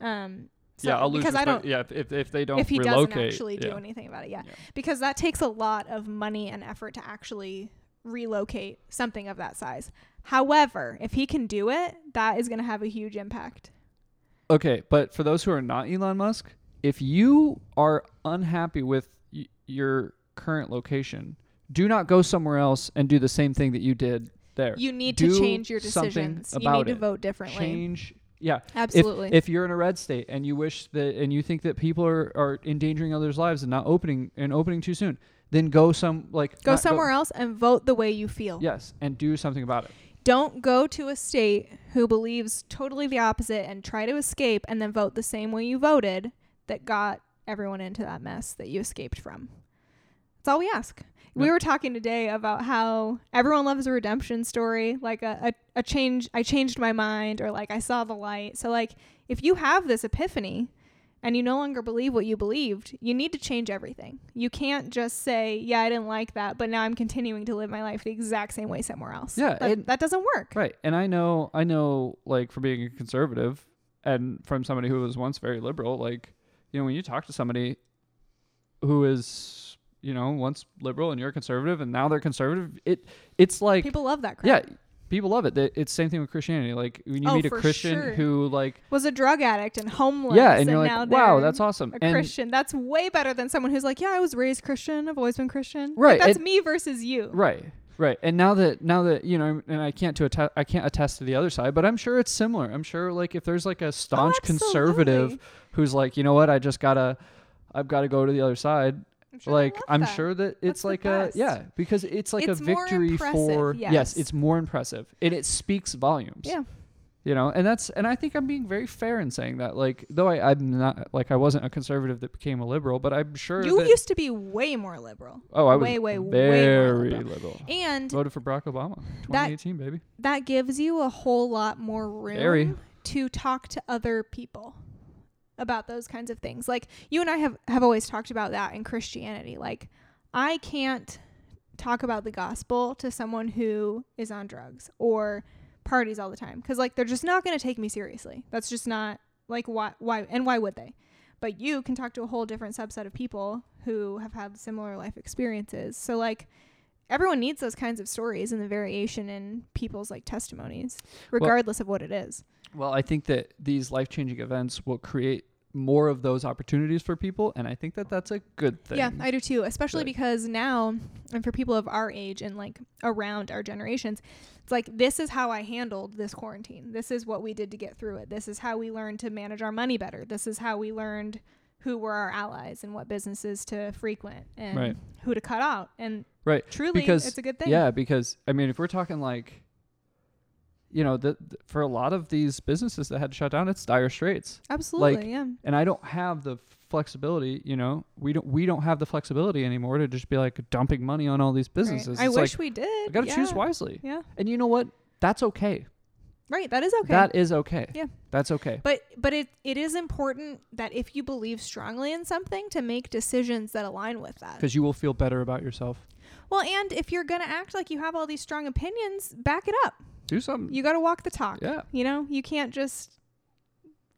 Um so-
yeah, I'll lose
because I
respect.
don't
yeah, if, if, if they don't
if he
relocate,
doesn't actually do
yeah.
anything about it yeah.
Yeah.
because that takes a lot of money and effort to actually relocate something of that size however if he can do it that is going to have a huge impact
Okay, but for those who are not Elon Musk, if you are unhappy with y- your current location, do not go somewhere else and do the same thing that you did there.
you need
Do
to change your
something
decisions you
about
need to
it.
vote differently
Change. Yeah,
absolutely
If, if you're in a red state and you wish that and you think that people are, are endangering others' lives and not opening and opening too soon, then go some like
go
not
somewhere else and vote the way you feel
yes, and do something about it.
don't go to a state who believes totally the opposite and try to escape and then vote the same way you voted that got everyone into that mess that you escaped from. That's all we ask. We
Yep.
were talking today about how everyone loves a redemption story, like a, a, a change, I changed my mind, or like I saw the light. So, like, if you have this epiphany and you no longer believe what you believed, you need to change everything. You can't just say, Yeah, I didn't like that, but now I'm continuing to live my life the exact same way somewhere else.
Yeah,
That-
and-
that doesn't work.
Right. And I know I know like for being a conservative and from somebody who was once very liberal, like, you know, when you talk to somebody who is, you know, once liberal and you're conservative and now they're conservative, it it's like
People love that crap.
yeah, people love it. They- It's same thing with Christianity. Like when you
Oh,
meet a
for
Christian
sure.
who like
Was a drug addict and homeless.
yeah, and you're
now
like, wow,
they're
that's awesome.
A
and
Christian. That's way better than someone who's like, yeah, I was raised Christian. I've always been Christian. Like,
Right,
that's
and-
me versus you.
Right. Right. And now that now that you know and I can't to atta- I can't attest to the other side, but I'm sure it's similar. I'm sure like if there's like a staunch conservative
Oh, absolutely.
who's like, "You know what? I just got to I've got to go to the other side."
I'm sure they
like
love
I'm
that.
sure that
That's
it's
the
like a
best.
yeah, because it's like
It's
a
more
victory
impressive,
for
yes.
it's more impressive and it speaks volumes.
Yeah.
You know, and that's and I think I'm being very fair in saying that. Like though I, I'm not like I wasn't a conservative that became a liberal, but I'm sure
You
that,
used to be way more liberal.
Oh, I was
way, way, way more
very
liberal.
liberal.
And
Voted for Barack Obama,
That-
2018, baby.
that gives you a whole lot more room
Very.
to talk to other people about those kinds of things. Like you and I have have always talked about that in Christianity. Like I can't talk about the gospel to someone who is on drugs or parties all the time because like they're just not going to take me seriously. That's just not like why why and why would they? But you can talk to a whole different subset of people who have had similar life experiences. So like everyone needs those kinds of stories and the variation in people's like testimonies regardless of what it is.
Well, I think that these life changing events will create more of those opportunities for people, and I think that that's a good thing.
Yeah, I do too, especially
But-
because now, and for people of our age and like around our generations, it's like this is how I handled this quarantine. This is what we did to get through it. This is how we learned to manage our money better. This is how we learned who were our allies and what businesses to frequent and
Right.
who to cut out. And
Right,
truly,
because-
it's a good thing.
Yeah, because I mean, if we're talking like, you know, the, th- for a lot of these businesses that had to shut down, it's dire straits,
absolutely.
like,
yeah,
and I don't have the flexibility. You know, we don't we don't have the flexibility anymore to just be like dumping money on all these businesses.
Right. I
It's
wish
like,
we did.
I got to choose
yeah.
wisely,
Yeah,
and you know what? That's okay.
right. That is okay.
That is okay.
Yeah.
that's okay.
But but it it is important that if you believe strongly in something to make decisions that align with that.
Because you will feel better about yourself.
Well, and if you're going to act like you have all these strong opinions, back it up.
Do something.
You got to walk the talk.
yeah.
You know, you can't just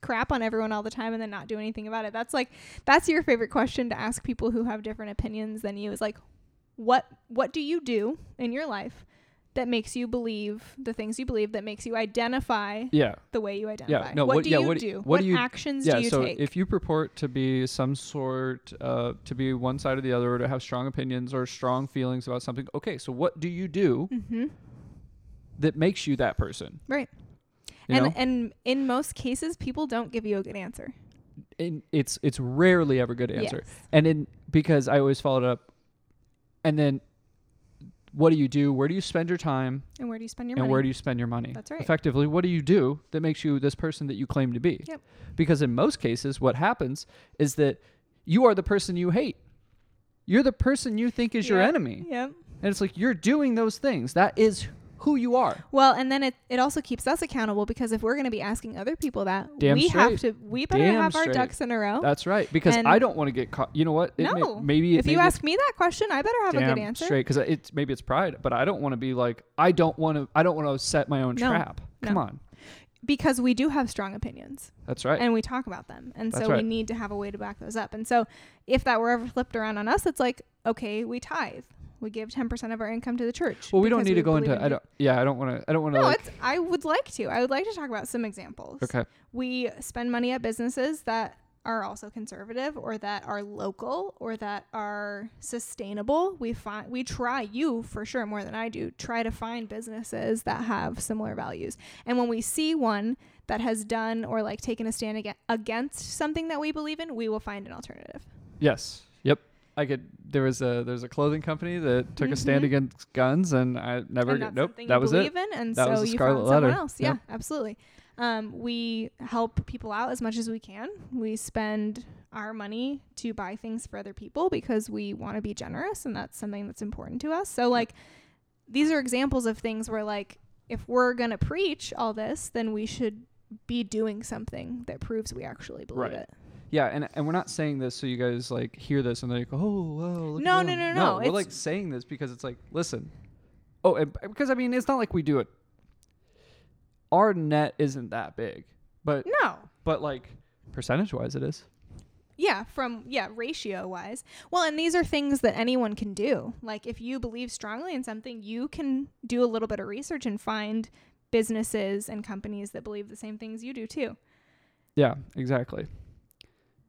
crap on everyone all the time and then not do anything about it. That's like that's your favorite question to ask people who have different opinions than you is like what what do you do in your life that makes you believe the things you believe that makes you identify
Yeah.
the way you identify.
no,
what,
what-
do
yeah,
you
what do-
do?
what do you-
actions
yeah.
do you
so
take?
if you purport to be some sort, uh, to be one side or the other, or to have strong opinions or strong feelings about something, okay. So what do you do
mm-hmm.
that makes you that person?
Right.
You
and
know,
and in most cases people don't give you a good answer.
and it's it's rarely ever a good answer.
Yes.
And in because I always followed up, and then what do you do? Where do you spend your time?
And where do you spend your
and
money?
where do you spend your money?
That's right.
Effectively, what do you do that makes you this person that you claim to be?
Yep.
Because in most cases, what happens is that you are the person you hate. You're the person you think is your
Yeah.
enemy.
Yep.
And it's like you're doing those things. That is who you are.
Well, and then it, it also keeps us accountable because if we're going to be asking other people that,
Damn
we have to
straight.
we better
Damn
have our
straight.
ducks in a row.
That's right. Because
And-
I don't want to get caught. You know what? It may-
no,
maybe it-
if you
maybe
ask me that question, I better have
it's
a
damn
good answer.
straight because it's maybe it's pride, but I don't want to be like I don't want to. I don't want to set my own
No.
trap. Come
No.
on.
Because we do have strong opinions
That's right.
and we talk about them, and
That's
so we
right.
need to have a way to back those up. And so, if that were ever flipped around on us, it's like okay, we tithe, we give ten percent of our income to the church.
well, we don't
because
need to go
believe
into.
in
I
it.
don't. Yeah, I don't want to. I don't want to.
No,
like,
it's. I would like to. I would like to talk about some examples.
okay.
we spend money at businesses that are also conservative or that are local or that are sustainable. We find we try you for sure more than I do try to find businesses that have similar values. And when we see one that has done or like taken a stand aga- against something that we believe in, we will find an alternative.
Yes. Yep. I could. There was a there's a clothing company that took a stand
Mhm.
against guns, and I never.
and
get-
that's
nope.
something
That
you
was it.
believe in, and
That
so
was the
you
Scarlet
found
Letter.
someone else. Yeah,
Yep.
absolutely. Um, we help people out as much as we can. We spend our money to buy things for other people because we want to be generous, and that's something that's important to us. So, like, these are examples of things where, like, if we're gonna preach all this, then we should be doing something that proves we actually believe
Right.
it.
Yeah, and and we're not saying this so you guys like hear this and then you go, oh, whoa. Look at
No, no,
them."
no, no,
We're
it's-
like saying this because it's like, listen. Oh, and, because I mean, it's not like we do it. Our net isn't that big, but
No,
but like percentage wise, it is.
Yeah, from yeah, ratio wise. Well, and these are things that anyone can do. Like if you believe strongly in something, you can do a little bit of research and find businesses and companies that believe the same things you do too.
Yeah, exactly.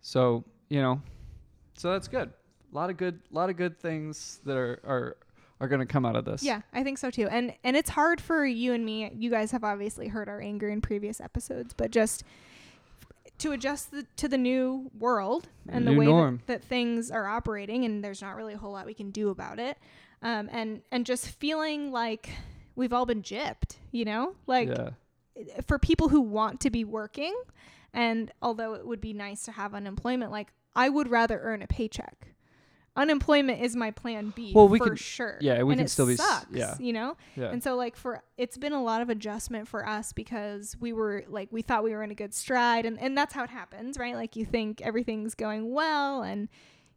So, you know, so that's good. A lot of good lot of good things that are are are going to come out of this.
Yeah, I think so too. And and it's hard for you and me. You guys have obviously heard our anger in previous episodes, but just to adjust the, to the new world and the
New
way
norm.
that, that things are operating, and there's not really a whole lot we can do about it. Um, and and just feeling like we've all been gypped, you know, like
yeah.
for people who want to be working. And although it would be nice to have unemployment, like I would rather earn a paycheck. Unemployment is my plan B
Well, we
for
can-
sure.
yeah, we
and
can
it
still be s-
sucks,
yeah.
you know.
Yeah.
And so like for it's been a lot of adjustment for us because we were like we thought we were in a good stride and and that's how it happens, right? Like you think everything's going well and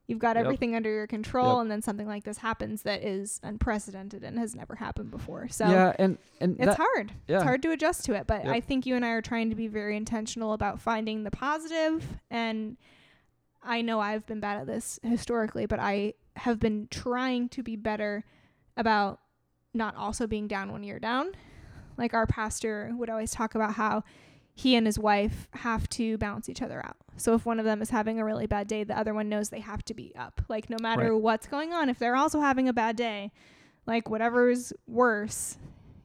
You've got
Yep.
everything under your control,
Yep.
and then something like this happens that is unprecedented and has never happened before. So
yeah, and and that,
it's hard.
yeah.
It's hard to adjust to it, but
Yep.
I think you and I are trying to be very intentional about finding the positive and I know I've been bad at this historically, but I have been trying to be better about not also being down when you're down. Like our pastor would always talk about how he and his wife have to balance each other out. So if one of them is having a really bad day, the other one knows they have to be up. Like no matter what's going on, if they're also having a bad day, like whatever's worse,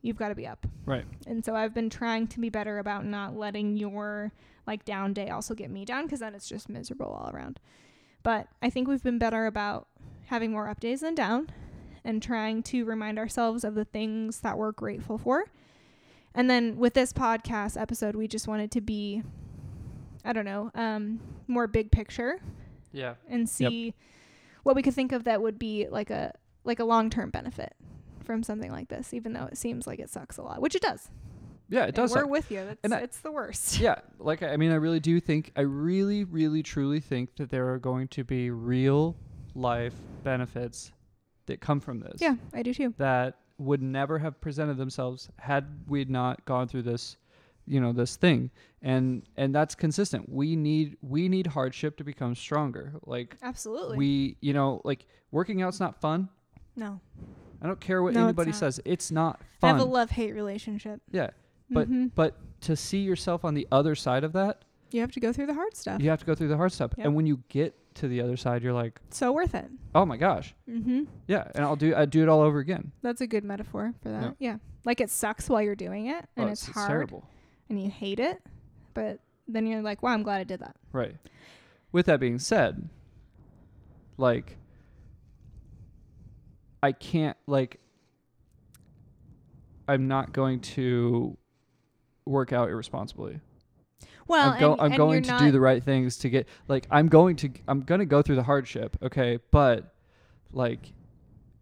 you've got to be up.
Right.
And so I've been trying to be better about not letting your like down day also get me down because then it's just miserable all around. But I think we've been better about having more up days than down and trying to remind ourselves of the things that we're grateful for. And then with this podcast episode, we just wanted to be, I don't know, um, more big picture
yeah,
and see what we could think of that would be like a like a long term benefit from something like this, even though it seems like it sucks a lot, which it does.
yeah, it
And
does.
We're
suck.
with you. That's,
And I-
it's the worst.
yeah, like I mean, I really do think, I really, really, truly think that there are going to be real life benefits that come from this.
Yeah, I do too.
that would never have presented themselves had we not gone through this you know this thing and and that's consistent we need we need hardship to become stronger like
Absolutely.
we you know like working out's not fun
no,
i don't care what
No, it's
anybody
not.
says it's not
I
fun
have a love hate relationship.
yeah but
Mhm.
but to see yourself on the other side of that
you have to go through the hard stuff.
you have to go through the hard stuff
Yep.
and when you get to the other side you're like
So worth it.
oh my gosh
Mm-hmm.
yeah and i'll do i'd do it all over again
That's a good metaphor for that.
Yeah.
Yeah. Like it sucks while you're doing it and
oh,
it's,
it's
hard
terrible
and you hate it, but then you're like, wow, I'm glad I did that.
Right. With that being said, like I can't like I'm not going to work out irresponsibly.
Well,
I'm, go-
and,
I'm
and
going
you're
to
not,
do the right things to get like I'm going to I'm going to go through the hardship, okay? But like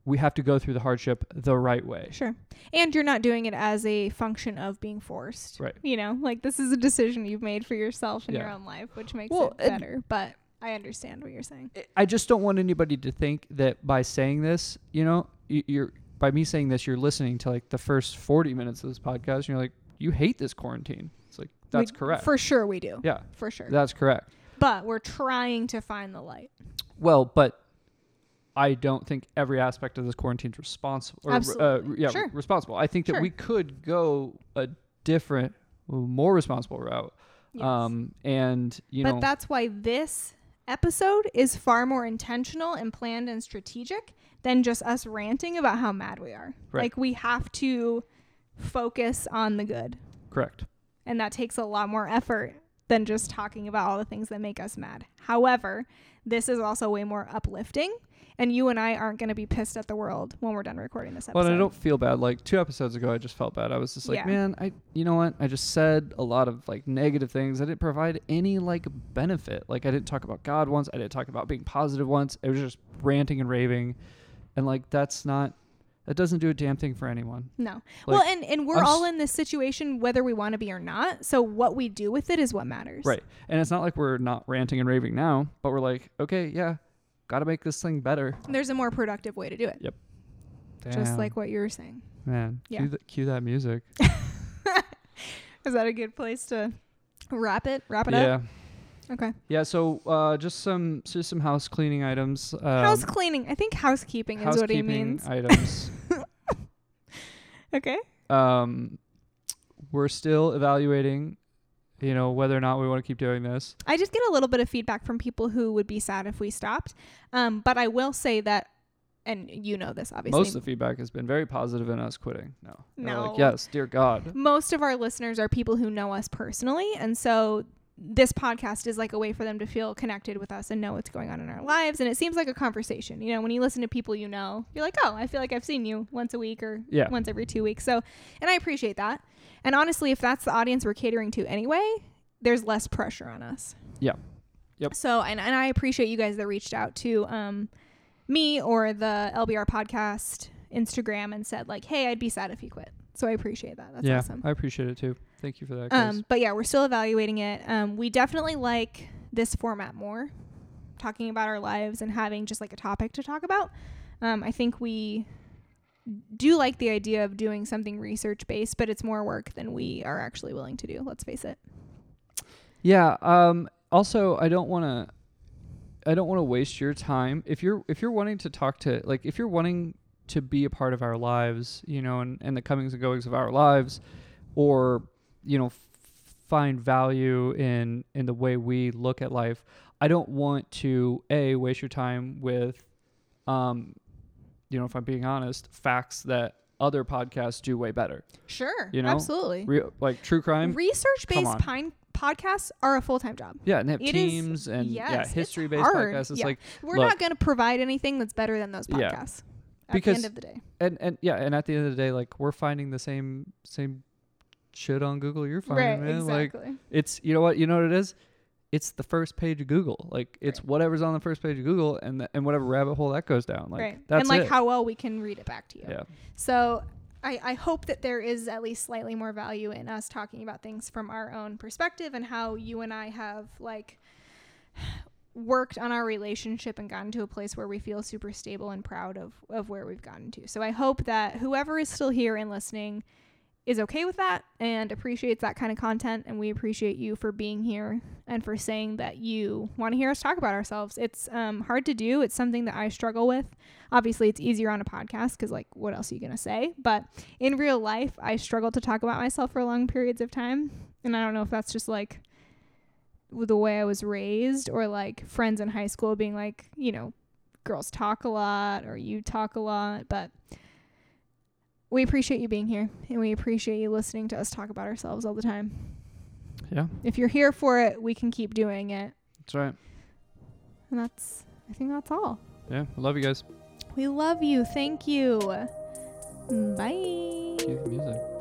we have to go through the hardship the right way.
Sure. And you're not doing it as a function of being forced.
Right.
You know, like this is a decision you've made for yourself in your
Yeah.
own life, which makes
Well,
it
and-
better. But I understand what you're saying.
I- I just don't want anybody to think that by saying this, you know, y- you're by me saying this, you're listening to like the first 40 minutes of this podcast, and you're like, you hate this quarantine. It's like that's
We-
correct.
For sure we do.
yeah,
For sure.
that's correct.
but we're trying to find the light.
Well, but I don't think every aspect of this quarantine is responsible. Or, uh,
Absolutely.
yeah,
Sure.
responsible. I think that
Sure.
we could go a different, more responsible route.
Yes.
Um, and you
but
know,
that's why this episode is far more intentional and planned and strategic than just us ranting about how mad we are.
Right.
Like we have to focus on the good.
correct.
And that takes a lot more effort than just talking about all the things that make us mad. However, this is also way more uplifting. And you and I aren't going to be pissed at the world when we're done recording this episode.
Well, and I don't feel bad. Like two episodes ago, I just felt bad. I was just like,
Yeah.
man, I, you know what? I just said a lot of like negative things. I didn't provide any like benefit. Like I didn't talk about God once. I didn't talk about being positive once. It was just ranting and raving, and like that's not, that doesn't do a damn thing for anyone.
No. well,
Like,
and, and we're
I'm s-
all in this situation whether we want to be or not. So what we do with it is what matters.
Right. And it's not like we're not ranting and raving now, but we're like, okay, yeah, got to make this thing better.
There's a more productive way to do it, just
Damn,
like what you were saying.
man,
yeah.
cue, th- cue that music.
Is that a good place to wrap it? Wrap it
yeah.
up? Okay.
Yeah, so uh, just some just some house cleaning items. Um,
House cleaning. I think housekeeping is what he
housekeeping uh,
means.
items.
okay.
um, we're still evaluating, you know, whether or not we want to keep doing this.
I did get a little bit of feedback from people who would be sad if we stopped. Um, but I will say that, and you know this obviously.
Most of the feedback has been very positive in us quitting. No, They're
No.
like, yes, dear God.
most of our listeners are people who know us personally and so this podcast is like a way for them to feel connected with us and know what's going on in our lives and it seems like a conversation you know when you listen to people you know you're like oh i feel like i've seen you once a week or
Yeah.
once every two weeks so and i appreciate that and honestly if that's the audience we're catering to anyway there's less pressure on us
Yeah. Yep.
so and, and i appreciate you guys that reached out to um me or the lbr podcast instagram and said like hey i'd be sad if you quit so i appreciate that that's
yeah,
awesome
I appreciate it too. Thank you for that. guys.
um, but yeah, we're still evaluating it. Um, we definitely like this format more talking about our lives and having just like a topic to talk about. Um, I think we do like the idea of doing something research based, but it's more work than we are actually willing to do. Let's face it.
Yeah. Um, also, I don't want to. I don't want to waste your time. If you're if you're wanting to talk to like if you're wanting to be a part of our lives, you know, and, and the comings and goings of our lives, or you know, f- find value in in the way we look at life. I don't want to a waste your time with, um, you know, if I'm being honest, facts that other podcasts do way better.
Sure.
You know,
absolutely.
Re- like true crime,
Research
come
based
on.
pine podcasts are a full time job.
Yeah, and they have
It is-
teams and yeah,
yes, it's
history based
hard.
podcasts. It's
Yeah.
like
We're
Look.
not going to provide anything that's better than those
Yeah.
podcasts. At
Because-
the end of the day.
and and yeah, and at the end of the day, like we're finding the same same shit on Google you're finding, man. Like it's you know what you know what it is? It's the first page of Google. Like it's
Right.
whatever's on the first page of Google and the, and whatever rabbit hole that goes down. Like
right.
that's
and like
it.
how well we can read it back to you.
yeah.
So I, I hope that there is at least slightly more value in us talking about things from our own perspective and how you and I have like worked on our relationship and gotten to a place where we feel super stable and proud of, of where we've gotten to. So I hope that whoever is still here and listening is okay with that and appreciates that kind of content and we appreciate you for being here and for saying that you want to hear us talk about ourselves it's um, hard to do it's something that i struggle with obviously it's easier on a podcast because like what else are you going to say but in real life i struggle to talk about myself for long periods of time and i don't know if that's just like with the way i was raised or like friends in high school being like you know girls talk a lot or you talk a lot but we appreciate you being here and we appreciate you listening to us talk about ourselves all the time
Yeah.
if you're here for it we can keep doing it
That's right.
and that's i think that's all
Yeah. I love you guys.
we love you thank you bye
Cue the music.